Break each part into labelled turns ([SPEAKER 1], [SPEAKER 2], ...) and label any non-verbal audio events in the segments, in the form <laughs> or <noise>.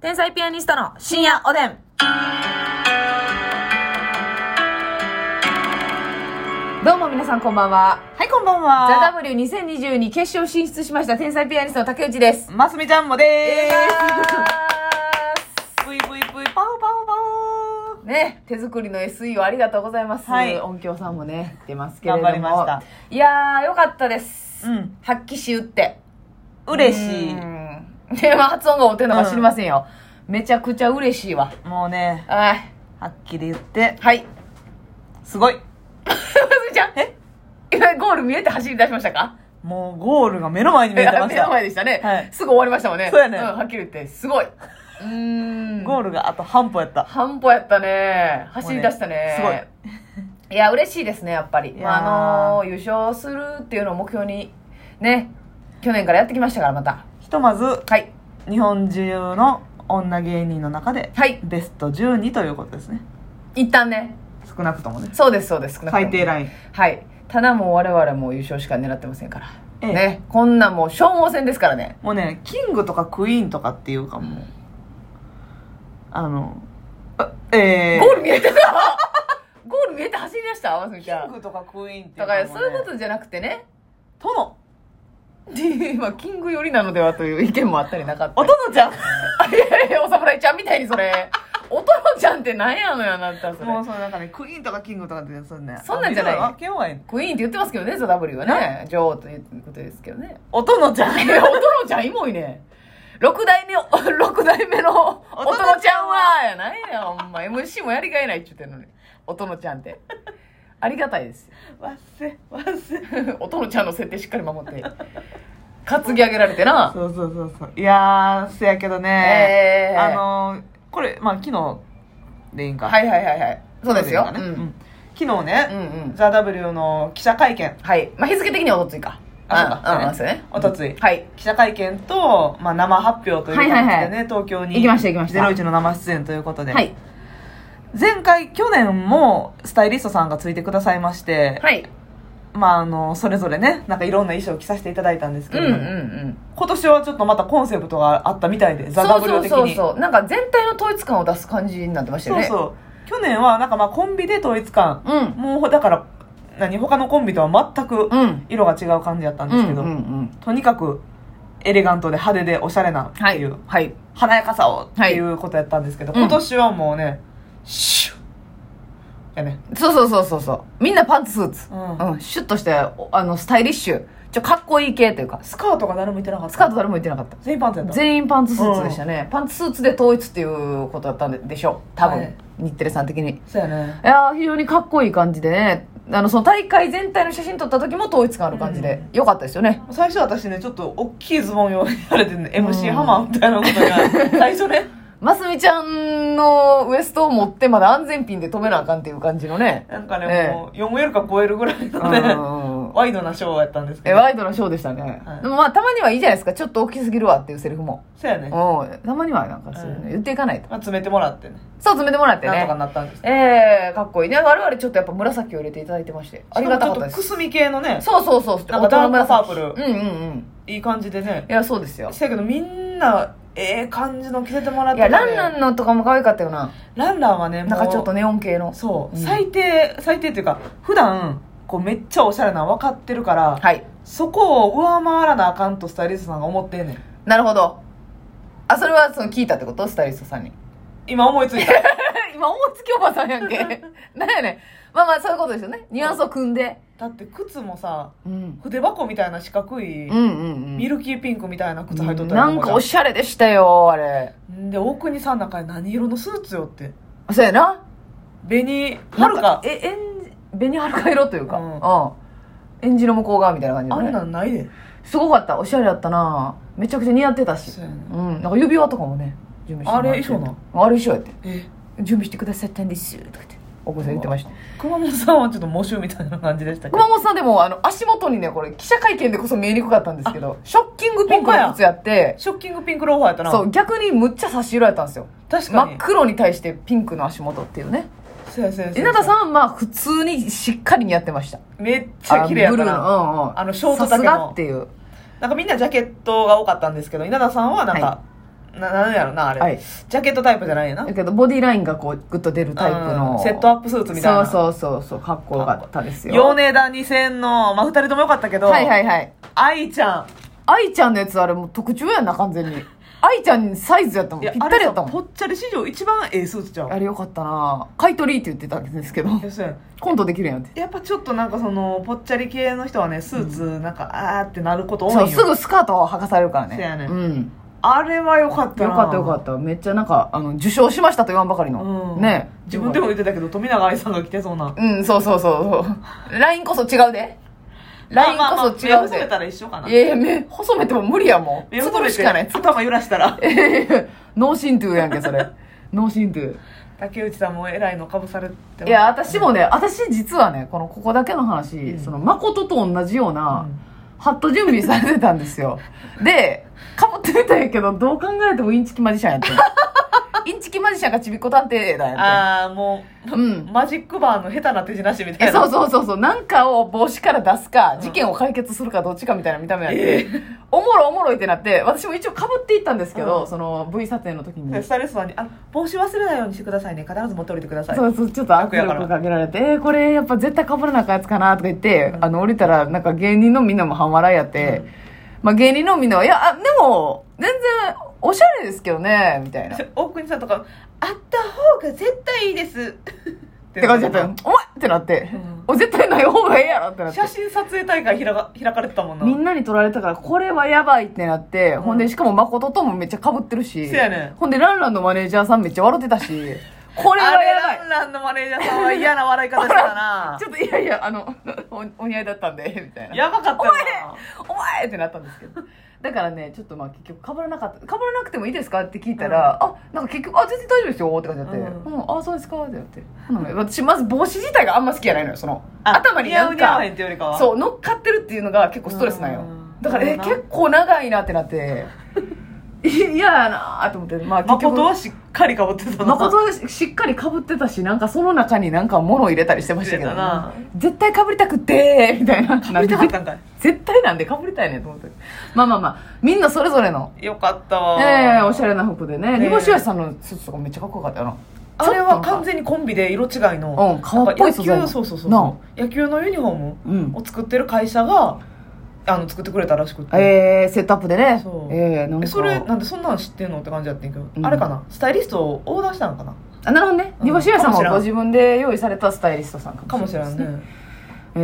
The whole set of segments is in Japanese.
[SPEAKER 1] 天才ピアニストの深夜おでん。どうも皆さんこんばんは。
[SPEAKER 2] はい、こんばんは。
[SPEAKER 1] ザ・ W2022 決勝進出しました天才ピアニストの竹内です。
[SPEAKER 2] ますみちゃんもで
[SPEAKER 1] え
[SPEAKER 2] ーす。ブイブイブイ、パオパオパオ。
[SPEAKER 1] ーね、手作りの SE をありがとうございます。
[SPEAKER 2] はい
[SPEAKER 1] 音響さんもね、出ますけれども。
[SPEAKER 2] 頑張りました
[SPEAKER 1] いやー、よかったです。
[SPEAKER 2] うん
[SPEAKER 1] 発揮し打って。
[SPEAKER 2] 嬉しい。
[SPEAKER 1] <laughs> い。で、まあ発音が合ってるのか知りませんよ。めちゃくちゃ嬉しいわ。
[SPEAKER 2] もうね、
[SPEAKER 1] はい。
[SPEAKER 2] はっきり言って、
[SPEAKER 1] はい。
[SPEAKER 2] すごい。
[SPEAKER 1] ますみちゃん。え今ゴール見えて走り出しましたか
[SPEAKER 2] もうゴールが目の前に見えてまし
[SPEAKER 1] <laughs> 目の
[SPEAKER 2] た。
[SPEAKER 1] 前でしたね、
[SPEAKER 2] はい
[SPEAKER 1] すぐ終わりましたもんね。
[SPEAKER 2] そうやね
[SPEAKER 1] んはっきり言って、すごい。うーん。
[SPEAKER 2] ゴールがあと半歩やった。
[SPEAKER 1] 半歩やったね。走り出したね。
[SPEAKER 2] もうね
[SPEAKER 1] す <laughs> ごい。いや、嬉しいですね、やっぱり。
[SPEAKER 2] いやー
[SPEAKER 1] まあ、あのー優勝するっていうのを目標に、ね、去年からやってきましたから、また。
[SPEAKER 2] ひとまず、
[SPEAKER 1] はい。
[SPEAKER 2] 日本中の女芸人の中で、
[SPEAKER 1] はい
[SPEAKER 2] ベスト12ということですね。
[SPEAKER 1] 一旦ね。
[SPEAKER 2] 少なくともね。
[SPEAKER 1] そうです、そうです。少なくとも
[SPEAKER 2] 最低ライン。
[SPEAKER 1] はい。ただもう我々も優勝しか狙ってませんから。
[SPEAKER 2] ええ
[SPEAKER 1] ね。こんなんもう消耗戦ですからね。
[SPEAKER 2] もうね、キングとかクイーンとかっていうかもう、あの、あえー、
[SPEAKER 1] ゴール見えてたゴール見えて走り出したわすみちゃ
[SPEAKER 2] キン
[SPEAKER 1] ん。
[SPEAKER 2] グとかクイーンってい
[SPEAKER 1] だ
[SPEAKER 2] う
[SPEAKER 1] から
[SPEAKER 2] も
[SPEAKER 1] そういう
[SPEAKER 2] ね
[SPEAKER 1] ことじゃなくてね。
[SPEAKER 2] 殿
[SPEAKER 1] で、今、キング寄りなのではという意見もあったりなかった
[SPEAKER 2] お
[SPEAKER 1] り。
[SPEAKER 2] 殿ちゃん
[SPEAKER 1] あいやいや、お侍ちゃんみたいにそれ。おとろちゃんって何やのやなったそれ
[SPEAKER 2] <laughs> も。うそうなんかねクイーンとかキングとかってそんな
[SPEAKER 1] そんなんじゃない
[SPEAKER 2] あけようがいい
[SPEAKER 1] クイーンって言ってますけどね、ザ・ W はね。女王ということですけどね。
[SPEAKER 2] お殿ちゃん <laughs>
[SPEAKER 1] いや、おとろちゃん、イモいね。六代目、 <laughs> 六代目の、おとろちゃんは、やないや、ほんま。MC もやりがいないって言ってんのに。おとろちゃんって。ありがたいですよ。
[SPEAKER 2] わっせわっせ
[SPEAKER 1] <laughs> おとろちゃんの設定しっかり守って。担ぎ上げられてな。
[SPEAKER 2] そうそうそうそういやーせやけどね、
[SPEAKER 1] えー
[SPEAKER 2] あのーこれまあ昨日でいいんか
[SPEAKER 1] はいいはいはいはい。そうですよ。
[SPEAKER 2] ね
[SPEAKER 1] うん
[SPEAKER 2] うん昨日
[SPEAKER 1] う
[SPEAKER 2] ね、
[SPEAKER 1] んうん。
[SPEAKER 2] ザ・ W の記者会見
[SPEAKER 1] はい。まあ、日付的にはおとついか。
[SPEAKER 2] あそうか
[SPEAKER 1] んん
[SPEAKER 2] そ
[SPEAKER 1] そう
[SPEAKER 2] うね
[SPEAKER 1] ね。
[SPEAKER 2] おとつい
[SPEAKER 1] はい。
[SPEAKER 2] 記者会見と、まあ、生発表という形でね、
[SPEAKER 1] はいはいは
[SPEAKER 2] 東京に
[SPEAKER 1] 行きました行きました
[SPEAKER 2] ゼロイチの生出演ということで、
[SPEAKER 1] はい。
[SPEAKER 2] 前回去年もスタイリストさんがついてくださいまして、
[SPEAKER 1] はい。
[SPEAKER 2] まあ、あのそれぞれねなんかいろんな衣装を着させていただいたんです
[SPEAKER 1] う
[SPEAKER 2] け
[SPEAKER 1] ん
[SPEAKER 2] れ
[SPEAKER 1] う
[SPEAKER 2] ど
[SPEAKER 1] んう
[SPEAKER 2] も、
[SPEAKER 1] ん。
[SPEAKER 2] 今年はちょっとまたコンセプトがあったみたいでザ・
[SPEAKER 1] そ
[SPEAKER 2] ダ
[SPEAKER 1] う
[SPEAKER 2] ブル
[SPEAKER 1] そう
[SPEAKER 2] 的
[SPEAKER 1] そう
[SPEAKER 2] にそう
[SPEAKER 1] そう。なんか全体の統一感を出す感じになってましたよ
[SPEAKER 2] そう
[SPEAKER 1] ね。う
[SPEAKER 2] 去年はなんかまあコンビで統一感、
[SPEAKER 1] うん。
[SPEAKER 2] もうだから何他のコンビとは全く
[SPEAKER 1] うん。
[SPEAKER 2] 色が違う感じだったんですけど、
[SPEAKER 1] うんうんうん。
[SPEAKER 2] とにかくエレガントで派手でおしゃれなって
[SPEAKER 1] はいい。
[SPEAKER 2] う、
[SPEAKER 1] はい。
[SPEAKER 2] 華やかさをっていうことやったんですけど、
[SPEAKER 1] はい
[SPEAKER 2] 今年はもうね、シュッやね
[SPEAKER 1] そうそうそうそうそう。みんなパンツスーツ。
[SPEAKER 2] うん
[SPEAKER 1] うん。シュッとして、おあの、スタイリッシュ。ちょ、かっこいい系というか。
[SPEAKER 2] スカートが誰もいてなかった
[SPEAKER 1] スカート誰も言ってなかった。
[SPEAKER 2] 全員パンツやった
[SPEAKER 1] 全員パンツスーツでしたね。パンツスーツで統一っていうことだったんででしょう。多分。
[SPEAKER 2] はい
[SPEAKER 1] 日テレさん的に。
[SPEAKER 2] そうやね
[SPEAKER 1] いやー非常にかっこいい感じでねあのその大会全体の写真撮った時も統一感ある感じで、よかったですよね
[SPEAKER 2] 最初私ねちょっと大きいズボン用意されてね MC ハマーみたいなこと
[SPEAKER 1] <laughs>
[SPEAKER 2] が最初ね
[SPEAKER 1] ますみちゃんのウエストを持ってまだ安全ピンで止めなあかんっていう感じのね
[SPEAKER 2] なんかね、
[SPEAKER 1] ええ
[SPEAKER 2] もう 4L か超えるぐらいのね、
[SPEAKER 1] うん
[SPEAKER 2] ワイドなショーやったんですけ
[SPEAKER 1] え
[SPEAKER 2] ど。
[SPEAKER 1] ワイドのショーでしたね、
[SPEAKER 2] はい
[SPEAKER 1] でもまあたまにはいいじゃないですかちょっと大きすぎるわっていうセリフも、
[SPEAKER 2] そうやね。ま
[SPEAKER 1] うんたまにはなんかそういうの言っていかないと、
[SPEAKER 2] あ、詰めてもらってね。
[SPEAKER 1] そう詰めてもらって
[SPEAKER 2] なんとか
[SPEAKER 1] ね
[SPEAKER 2] なったんですけど。
[SPEAKER 1] えー、かっこいいね我々ちょっとやっぱ紫を入れていただいてましてありがたかったで
[SPEAKER 2] しかもちょ
[SPEAKER 1] す
[SPEAKER 2] っとくすみ系のね、
[SPEAKER 1] そうそうそう
[SPEAKER 2] なんかダークパープル
[SPEAKER 1] うんうんうん
[SPEAKER 2] いい感じでね。
[SPEAKER 1] いやそうですよ
[SPEAKER 2] そうやけどみんな、ええ感じの着せてもらっ
[SPEAKER 1] い
[SPEAKER 2] てて、
[SPEAKER 1] や
[SPEAKER 2] ね。
[SPEAKER 1] ランランのとかも可愛かったよな
[SPEAKER 2] ランランはね、もう
[SPEAKER 1] なんかちょっとネオン系の。
[SPEAKER 2] そう、
[SPEAKER 1] うん
[SPEAKER 2] 最低、最低っていうか、普段、こうめっちゃおしゃれなの分かってるから、
[SPEAKER 1] はい。
[SPEAKER 2] そこを上回らなあかんとスタイリストさんが思ってんねん。
[SPEAKER 1] なるほど。あ、それはその聞いたってことスタイリストさんに。
[SPEAKER 2] 今思いついた。
[SPEAKER 1] <laughs> 今、大月おばさんやんけ。 <laughs> なんやねん。まあまあ、そういうことですよね。ニュアンスを組んで。
[SPEAKER 2] だって靴もさ、
[SPEAKER 1] うん。
[SPEAKER 2] 筆箱みたいな四角い、
[SPEAKER 1] うんうん
[SPEAKER 2] ミルキーピンクみたいな
[SPEAKER 1] う
[SPEAKER 2] 靴
[SPEAKER 1] ん。
[SPEAKER 2] 履いとったや
[SPEAKER 1] なんかおしゃれでしたよ、あれ。
[SPEAKER 2] で奥にさん中に何色のスーツよって
[SPEAKER 1] そうやな。
[SPEAKER 2] 紅はる
[SPEAKER 1] なん
[SPEAKER 2] か
[SPEAKER 1] え、えん、紅はるか色というか。
[SPEAKER 2] うん
[SPEAKER 1] うん。演じの向こう側みたいな感じ
[SPEAKER 2] あ
[SPEAKER 1] で、
[SPEAKER 2] んな
[SPEAKER 1] ね。
[SPEAKER 2] んないです
[SPEAKER 1] ごかった。おしゃれだったなめちゃくちゃ似合ってたし。
[SPEAKER 2] そうやね
[SPEAKER 1] うん。なんか指輪とかもね、準備してもらって
[SPEAKER 2] あれ衣装
[SPEAKER 1] あれ衣装やって。
[SPEAKER 2] え
[SPEAKER 1] 準備してくださったんですとか言って。お子さん言ってました。
[SPEAKER 2] 熊本さんはちょっと喪主みたいな感じでしたけ
[SPEAKER 1] 熊
[SPEAKER 2] ど
[SPEAKER 1] 本さんでもあの足元にねこれ記者会見でこそ見えにくかったんですけどショッキングピンク
[SPEAKER 2] ほんま
[SPEAKER 1] の
[SPEAKER 2] や
[SPEAKER 1] 靴やって
[SPEAKER 2] ショッキングピンクローファーやったな
[SPEAKER 1] そう逆にむっちゃ差し色やったんですよ
[SPEAKER 2] 確か
[SPEAKER 1] 真っ
[SPEAKER 2] に
[SPEAKER 1] 黒に対してピンクの足元っていうね
[SPEAKER 2] そうやそうやそうや
[SPEAKER 1] 稲田さんはまあ普通にしっかり似合ってました
[SPEAKER 2] めっちゃ綺麗や
[SPEAKER 1] あの
[SPEAKER 2] っ
[SPEAKER 1] ブ
[SPEAKER 2] た
[SPEAKER 1] ルー
[SPEAKER 2] な
[SPEAKER 1] のうんうん
[SPEAKER 2] あのショート
[SPEAKER 1] さ
[SPEAKER 2] 丈の
[SPEAKER 1] すがっていう
[SPEAKER 2] なんかみんなジャケットが多かったんですけど稲田さんはなんか、
[SPEAKER 1] は
[SPEAKER 2] ななんやろなあれ、
[SPEAKER 1] はい
[SPEAKER 2] ジャケットタイプじゃないよな
[SPEAKER 1] だけどボディラインがこうグッと出るタイプ
[SPEAKER 2] う
[SPEAKER 1] の
[SPEAKER 2] んセットアップスーツみたいな
[SPEAKER 1] そうそうそうそうかっこよかったですよ
[SPEAKER 2] 米田2000のまあ2人ともよかったけど
[SPEAKER 1] はいはいはい
[SPEAKER 2] 愛ちゃん
[SPEAKER 1] 愛ちゃんのやつあれもう特注やんな完
[SPEAKER 2] <laughs>
[SPEAKER 1] 全に愛ちゃんサイズやったもん
[SPEAKER 2] い
[SPEAKER 1] ぴ
[SPEAKER 2] や
[SPEAKER 1] ったりやった
[SPEAKER 2] あれさぽ
[SPEAKER 1] もん
[SPEAKER 2] っちゃり史上一番ええスーツちゃう
[SPEAKER 1] あれよかったな買い取りって言ってたんですけど
[SPEAKER 2] いやそうやん
[SPEAKER 1] コントできるやんって
[SPEAKER 2] やっぱちょっとなんかそのぽっちゃり系の人はねスーツなんか、あーってなること多い
[SPEAKER 1] そ
[SPEAKER 2] よ
[SPEAKER 1] うすぐスカートを剥がされるからね
[SPEAKER 2] そうやね
[SPEAKER 1] ん
[SPEAKER 2] あれは良かった
[SPEAKER 1] よ
[SPEAKER 2] な
[SPEAKER 1] かったよかっためっちゃなんかあの受賞しましたと言わんばかりの、
[SPEAKER 2] うん、
[SPEAKER 1] ね
[SPEAKER 2] 自分でも言ってたけど富永愛さんが着てそうな
[SPEAKER 1] うんそうそうそうそう LINE こそ違うで LINE
[SPEAKER 2] まあまあ
[SPEAKER 1] こそ違
[SPEAKER 2] 目
[SPEAKER 1] う
[SPEAKER 2] 細
[SPEAKER 1] で
[SPEAKER 2] めたら一緒かない
[SPEAKER 1] やいや目細めても無理やもん
[SPEAKER 2] 目
[SPEAKER 1] つ
[SPEAKER 2] 細
[SPEAKER 1] ぶ
[SPEAKER 2] め
[SPEAKER 1] る
[SPEAKER 2] て
[SPEAKER 1] しかない
[SPEAKER 2] 頭揺らしたら
[SPEAKER 1] え <laughs> えノーシントゥやんけそ
[SPEAKER 2] <laughs>
[SPEAKER 1] れノーシントゥ
[SPEAKER 2] 竹内さんも偉いのかぶされてます
[SPEAKER 1] いや私もね私実はねこのここだけの話、
[SPEAKER 2] ん
[SPEAKER 1] その誠と同じよう
[SPEAKER 2] う
[SPEAKER 1] な、
[SPEAKER 2] ん
[SPEAKER 1] ハット準備されてたんです
[SPEAKER 2] <laughs>
[SPEAKER 1] よでかぶってみたんやけどどう考えてもインチキマジシャンやったん
[SPEAKER 2] <laughs>
[SPEAKER 1] インチキマジシャンがちびっこ探偵だやっ
[SPEAKER 2] ああも
[SPEAKER 1] てうん
[SPEAKER 2] うマジックバーの下手な手品師みた
[SPEAKER 1] え
[SPEAKER 2] いな
[SPEAKER 1] そうそうそうそうなんかを帽子から出すか事件を解決するかどっちかみたいな見た目やって、おもろおもろいってなって私も一応かぶっていったんですけど、
[SPEAKER 2] うん
[SPEAKER 1] その V 撮影の時に
[SPEAKER 2] でスタイリストさんに「あ帽子忘れないようにしてくださいね必ず持っておいてください」
[SPEAKER 1] そうそうちょっと悪力かけられてえー「これやっぱ絶対かぶらなあかんやつかな」とか言って、
[SPEAKER 2] うん
[SPEAKER 1] あの降りたらなんか芸人のみんなも半笑いやって、まあ、芸人のみんなは「いやあでも全然おしゃれですけどね」みたいな。っ
[SPEAKER 2] <laughs> 大国さんとか「あった方が絶対い
[SPEAKER 1] <laughs>
[SPEAKER 2] いです」って
[SPEAKER 1] て感じだったよ「お前!」ってなって
[SPEAKER 2] うん
[SPEAKER 1] 「お絶対ない方がええやろ」ってなって
[SPEAKER 2] <laughs> 写真撮影大会開か開かれてたもんな
[SPEAKER 1] みんなに撮られたからこれはやばいってなって、
[SPEAKER 2] ん
[SPEAKER 1] ほんでしかも誠ともめっちゃかぶってるし
[SPEAKER 2] せやねん
[SPEAKER 1] ほんでランランのマネージャーさんめっちゃ笑ってたしこ
[SPEAKER 2] こ
[SPEAKER 1] れは <laughs> やばい
[SPEAKER 2] ランランのマネージャーさんは嫌な笑い方して
[SPEAKER 1] <laughs>
[SPEAKER 2] たな
[SPEAKER 1] ちょっといやいやあのおお似合いだったんでみたいな
[SPEAKER 2] やばかったよな
[SPEAKER 1] お前ってなったんですけど。だからね、ちょっとまあ結局、かぶらなかった、かぶらなくてもいいですかって聞いたら、あ、なんか結局、あ、全然大丈夫ですよって感じだって、う、
[SPEAKER 2] うん
[SPEAKER 1] あ、そうですかってなって。うん私、まず帽子自体があんま好きじゃないのよ、その、頭になん
[SPEAKER 2] 似合う似合
[SPEAKER 1] か
[SPEAKER 2] わへん、ってよりかは
[SPEAKER 1] そう、乗っかってるっていうのが結構ストレスなんよ
[SPEAKER 2] うん。
[SPEAKER 1] だから、え、
[SPEAKER 2] そうな
[SPEAKER 1] 結構長いなってな
[SPEAKER 2] <laughs>
[SPEAKER 1] って、いややなと思って、まあ結局
[SPEAKER 2] 誠、はしっかりかぶってたな
[SPEAKER 1] 誠はしっかりかぶってたし、なんかその中になんか物を入れたりしてましたけど
[SPEAKER 2] 入れたな、
[SPEAKER 1] 絶対かぶりたくて、みたいな。
[SPEAKER 2] かぶりたかったんか
[SPEAKER 1] 絶対なんでかぶりたいねんと思ってまあまあまあみんなそれぞれの
[SPEAKER 2] いよかったわ
[SPEAKER 1] ええおしゃれな服でね
[SPEAKER 2] ね
[SPEAKER 1] 煮干しわしさんのスーツとかめっちゃかっこよかったよな
[SPEAKER 2] あれは完
[SPEAKER 1] 全
[SPEAKER 2] 全にコンビで色違い
[SPEAKER 1] う
[SPEAKER 2] の
[SPEAKER 1] ん顔っぽい素材
[SPEAKER 2] やっぱ野球そうそうそう
[SPEAKER 1] な
[SPEAKER 2] 野球のユニフォーム
[SPEAKER 1] うん
[SPEAKER 2] を作ってる会社があの作ってくれたらしくて
[SPEAKER 1] ええセットアップでね
[SPEAKER 2] そう
[SPEAKER 1] ええなん
[SPEAKER 2] え
[SPEAKER 1] か
[SPEAKER 2] それなんでそんなん知ってんのって感じやってんけど、
[SPEAKER 1] うん
[SPEAKER 2] あれかなスタイリストをオーダーしたのかな
[SPEAKER 1] あなるほどね
[SPEAKER 2] うん
[SPEAKER 1] 煮干しわしさんも
[SPEAKER 2] かもしらん
[SPEAKER 1] ご自分で用意されたスタイリストさん
[SPEAKER 2] か
[SPEAKER 1] か
[SPEAKER 2] も
[SPEAKER 1] も
[SPEAKER 2] し
[SPEAKER 1] し
[SPEAKER 2] れ
[SPEAKER 1] れ
[SPEAKER 2] な
[SPEAKER 1] ないい
[SPEAKER 2] ね
[SPEAKER 1] ですね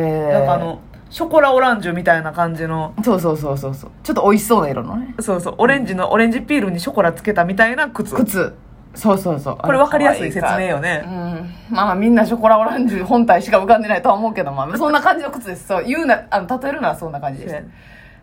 [SPEAKER 1] ええ
[SPEAKER 2] なんかあのショコラオランジュみたいな感じの
[SPEAKER 1] そうそうそうそうそうちょっと美味しそうな色のね
[SPEAKER 2] そうそうオレンジのオレンジピールにショコラつけたみたいな靴
[SPEAKER 1] 靴そうそうそう
[SPEAKER 2] これ分かりやすい説明
[SPEAKER 1] よ
[SPEAKER 2] よ
[SPEAKER 1] う
[SPEAKER 2] ね
[SPEAKER 1] んまあまあみんなショコラオランジュ本体しか浮かんでないとは思うけどまあそんな感じの靴ですそう言うなあの例えるならそんな感じです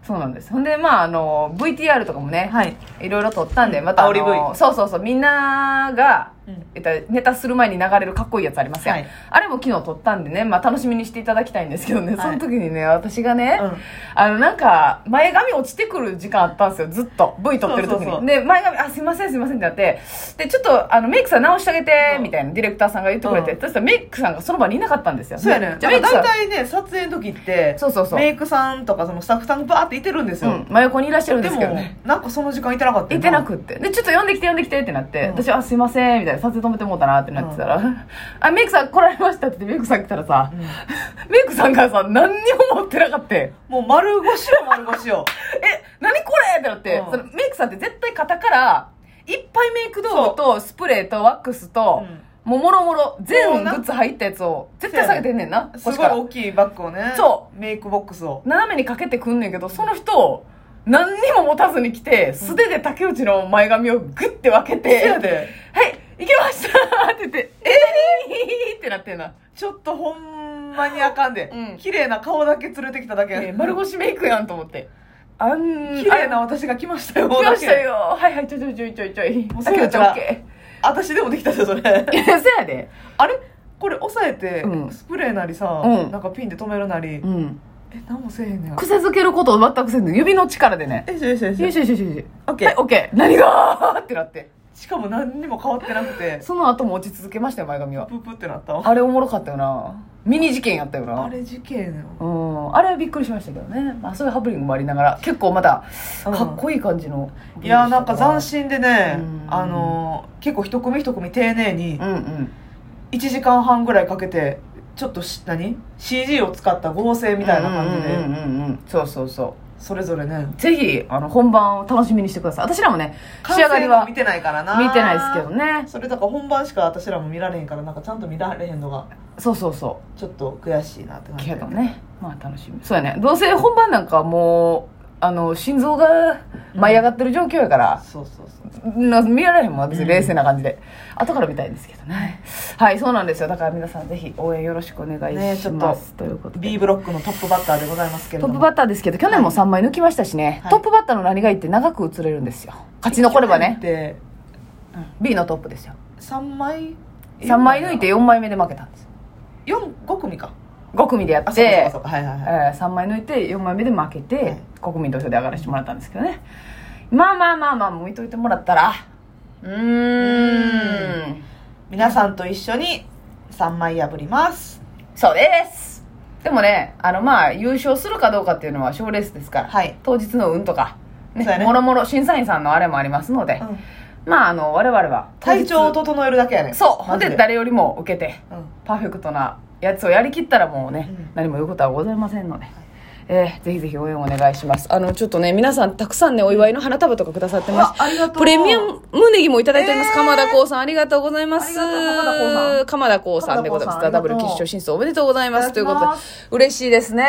[SPEAKER 1] そうなんです。ほんで、まあ、あの、VTR とかもね、
[SPEAKER 2] はい、
[SPEAKER 1] い、ろいろ撮ったんで、また、あの
[SPEAKER 2] 煽り V
[SPEAKER 1] そうそうそう、みんなが、
[SPEAKER 2] うん
[SPEAKER 1] えっと、ネタする前に流れるかっこいいやつありますやん、
[SPEAKER 2] はい
[SPEAKER 1] あれも昨日撮ったんでね、まあ、楽しみにしていただきたいんですけどね、
[SPEAKER 2] はい
[SPEAKER 1] その時にね、私がね、
[SPEAKER 2] うん
[SPEAKER 1] あの、なんか、前髪落ちてくる時間あったんですよ、ずっと。V 撮ってる時に。
[SPEAKER 2] そうそうそう
[SPEAKER 1] で、前髪、あ、すいません、すいませんってなって、で、ちょっと、あの、メイクさん直してあげて、みたいな、ディレクターさんが言ってくれて、
[SPEAKER 2] うん
[SPEAKER 1] そしたらメイクさんがその場にいなかったんですよ。
[SPEAKER 2] そうやね
[SPEAKER 1] じゃあ
[SPEAKER 2] な
[SPEAKER 1] メイ
[SPEAKER 2] んか
[SPEAKER 1] クさ
[SPEAKER 2] 大
[SPEAKER 1] ん、
[SPEAKER 2] 体ね撮影の時って
[SPEAKER 1] そうそうそう
[SPEAKER 2] メイクさんとかそのスタッフさんがバーっていてるんです
[SPEAKER 1] う
[SPEAKER 2] よ、
[SPEAKER 1] ん、真横にいらっしゃるんで
[SPEAKER 2] ですも
[SPEAKER 1] けどね。
[SPEAKER 2] なんかその時間いてなかった
[SPEAKER 1] い
[SPEAKER 2] よ
[SPEAKER 1] てなくって。で、ちょっと呼んできて呼んできてってなって、
[SPEAKER 2] うん
[SPEAKER 1] 私はすいません、みたいな、撮影止めてもうたなってなってたら、 <laughs> あ、メイクさん来られましたって言ってメイクさん来たらさ、
[SPEAKER 2] うん
[SPEAKER 1] メイクさんがさ、何にも持ってなかった。え、
[SPEAKER 2] もう丸腰よ丸腰よ
[SPEAKER 1] 何これってなって、
[SPEAKER 2] うん
[SPEAKER 1] そのメイクさんって絶対肩から、いっぱいメイク道具と、スプレーとワックスと、もうもろもろ、全グッズ入ったやつを、絶対下げてんねんな。
[SPEAKER 2] すご
[SPEAKER 1] 腰
[SPEAKER 2] い
[SPEAKER 1] から
[SPEAKER 2] 大きいバッグをね
[SPEAKER 1] そう
[SPEAKER 2] メイクボックスを
[SPEAKER 1] 斜めにかけてくんねんけど、その人、何にも持たずに来て、素手で竹内の前髪をグッて分けて、
[SPEAKER 2] せやで
[SPEAKER 1] はい、行けましたって言って、えー、ってなってんな。
[SPEAKER 2] ちょっとほんまにあかんで、
[SPEAKER 1] うん
[SPEAKER 2] 綺麗な顔だけ連れてきただけ、
[SPEAKER 1] えー丸腰メイクやんと思って。あん、
[SPEAKER 2] 綺麗な私が来ましたよ
[SPEAKER 1] あれ。来ました
[SPEAKER 2] だけ
[SPEAKER 1] よ。はいはい、ちょいちょいちょいちょいちょい。
[SPEAKER 2] もう
[SPEAKER 1] だけど、
[SPEAKER 2] そうやったら
[SPEAKER 1] オッケ
[SPEAKER 2] 私でもできたぞそれ
[SPEAKER 1] ー。い <laughs> や、そやで。
[SPEAKER 2] あれこれ押さえて、
[SPEAKER 1] うん
[SPEAKER 2] スプレーなりさ、
[SPEAKER 1] うん
[SPEAKER 2] なんかピンで止めるなり、
[SPEAKER 1] うん。
[SPEAKER 2] え何もせえへんねや
[SPEAKER 1] 癖づけることを全くせず、指の力でね。
[SPEAKER 2] えしょよしょよし
[SPEAKER 1] よ
[SPEAKER 2] ょ
[SPEAKER 1] いしょよいしょよいしょ。
[SPEAKER 2] オッケー
[SPEAKER 1] はい、オッケー。何がーってなって。
[SPEAKER 2] しかも何にも変わってなくて
[SPEAKER 1] その後も落ち続けましたよ前髪は
[SPEAKER 2] プープーってなったわ
[SPEAKER 1] あれおもろかったよなミニ事件やったよな
[SPEAKER 2] あれ事件よ
[SPEAKER 1] うん、あれはびっくりしましたけどね、まあ、そういうハプニングもありながら結構まだかっこいい感じの、
[SPEAKER 2] いやなんか斬新でね
[SPEAKER 1] うん
[SPEAKER 2] あの結構一組一組丁寧に
[SPEAKER 1] うんうん
[SPEAKER 2] 1時間半ぐらいかけてちょっとし何 CG を使った合成みたいな感じ
[SPEAKER 1] うん
[SPEAKER 2] で
[SPEAKER 1] うんうんうんそうそうそ
[SPEAKER 2] それぞれね
[SPEAKER 1] うぜひあの本番を楽しみにしてください私らもね仕
[SPEAKER 2] 完
[SPEAKER 1] 上がり
[SPEAKER 2] 成
[SPEAKER 1] は
[SPEAKER 2] は
[SPEAKER 1] 見
[SPEAKER 2] 見てないからな
[SPEAKER 1] てないですけどね
[SPEAKER 2] それだから本番しか私らも見られへんからなんかちゃんと見られへんのが
[SPEAKER 1] そうそうそ
[SPEAKER 2] ちょっと悔しいなっ
[SPEAKER 1] う
[SPEAKER 2] て感じ
[SPEAKER 1] けどねまあ楽しみそうやねどうせ本番なんかはもうあの心臓が舞い上がってる状況やから、
[SPEAKER 2] そうそうそう
[SPEAKER 1] な見られへんもん私
[SPEAKER 2] うん
[SPEAKER 1] 冷静な感じで、後から見たいんですけどねはいそうなんですよだから皆さんぜひ応援よろしくお願
[SPEAKER 2] ね
[SPEAKER 1] い
[SPEAKER 2] ち
[SPEAKER 1] し
[SPEAKER 2] ょっと
[SPEAKER 1] ます、ということで
[SPEAKER 2] B ブロックのトップバッターでございますけれ
[SPEAKER 1] ト
[SPEAKER 2] ど
[SPEAKER 1] ッ
[SPEAKER 2] も
[SPEAKER 1] プバッターですけど去年も3枚抜きましたしね、
[SPEAKER 2] はい
[SPEAKER 1] トップバッターの何がいいって長く映れるんですよ勝ち残ればね
[SPEAKER 2] で
[SPEAKER 1] B のトップですよ
[SPEAKER 2] 3枚
[SPEAKER 1] 3枚抜いて4枚目で負けたんです
[SPEAKER 2] 45組か
[SPEAKER 1] 5組でやっ
[SPEAKER 2] そうか
[SPEAKER 1] て
[SPEAKER 2] そうかはいはいはい
[SPEAKER 1] えー3枚抜いて4枚目で負けて、
[SPEAKER 2] はい
[SPEAKER 1] 国民投票で上がらせてもらったんですけどねまあまあまあまあ向いといてもらったらうーん
[SPEAKER 2] 皆さんと一緒に3枚破ります
[SPEAKER 1] そうですでもねあのまあ優勝するかどうかっていうのは賞レースですから、
[SPEAKER 2] はい
[SPEAKER 1] 当日の運とか、ね
[SPEAKER 2] そうやね
[SPEAKER 1] もろもろ審査員さんのあれもありますので、
[SPEAKER 2] うん
[SPEAKER 1] まああの我々は当日
[SPEAKER 2] 体調を整えるだけやねん
[SPEAKER 1] そうほ
[SPEAKER 2] マ
[SPEAKER 1] ん
[SPEAKER 2] ジ
[SPEAKER 1] で誰よりも受けて
[SPEAKER 2] うん
[SPEAKER 1] パーフェクトなやつをやりきったらもうね、
[SPEAKER 2] うん
[SPEAKER 1] 何も言うことはございませんので、えーぜひぜひ応援お願いしますあのちょっとね皆さんたくさんねお祝いの花束とかくださってま
[SPEAKER 2] あ
[SPEAKER 1] す
[SPEAKER 2] ありがとう
[SPEAKER 1] プレミアムネギもいただいております、
[SPEAKER 2] えー
[SPEAKER 1] 鎌田光さんありがとうございます
[SPEAKER 2] ありがとう鎌田光さ
[SPEAKER 1] 鎌田光
[SPEAKER 2] ん
[SPEAKER 1] さんでございます
[SPEAKER 2] 鎌
[SPEAKER 1] ダ
[SPEAKER 2] 田
[SPEAKER 1] ブル
[SPEAKER 2] 光
[SPEAKER 1] 決
[SPEAKER 2] さん
[SPEAKER 1] 勝進出おめでとうございますと
[SPEAKER 2] いた
[SPEAKER 1] いう
[SPEAKER 2] だ
[SPEAKER 1] こ
[SPEAKER 2] き
[SPEAKER 1] とで
[SPEAKER 2] ます
[SPEAKER 1] 嬉しいですね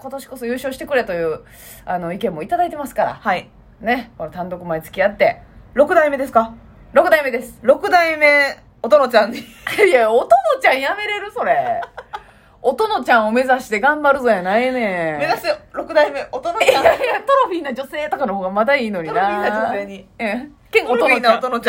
[SPEAKER 1] 今年こそ優勝してくれというあの意見もいただいてますから
[SPEAKER 2] はい
[SPEAKER 1] ねこの単独前付き合って
[SPEAKER 2] 6代目ですか
[SPEAKER 1] 6代目です
[SPEAKER 2] 6代目おとのちゃんに
[SPEAKER 1] <laughs> いや、おとのちゃんやめれるそれ。おとのちゃんを目指して頑張るぞやないねん。
[SPEAKER 2] 目指せ6代目おとの
[SPEAKER 1] い
[SPEAKER 2] ちゃん
[SPEAKER 1] やいや、トロフィーな女性とかの方がまだいいのにな。
[SPEAKER 2] トロフィーな女性に
[SPEAKER 1] ええ。けん、お
[SPEAKER 2] ト
[SPEAKER 1] と
[SPEAKER 2] ロフ
[SPEAKER 1] の
[SPEAKER 2] ィー
[SPEAKER 1] ちゃ
[SPEAKER 2] なんお。とのちゃん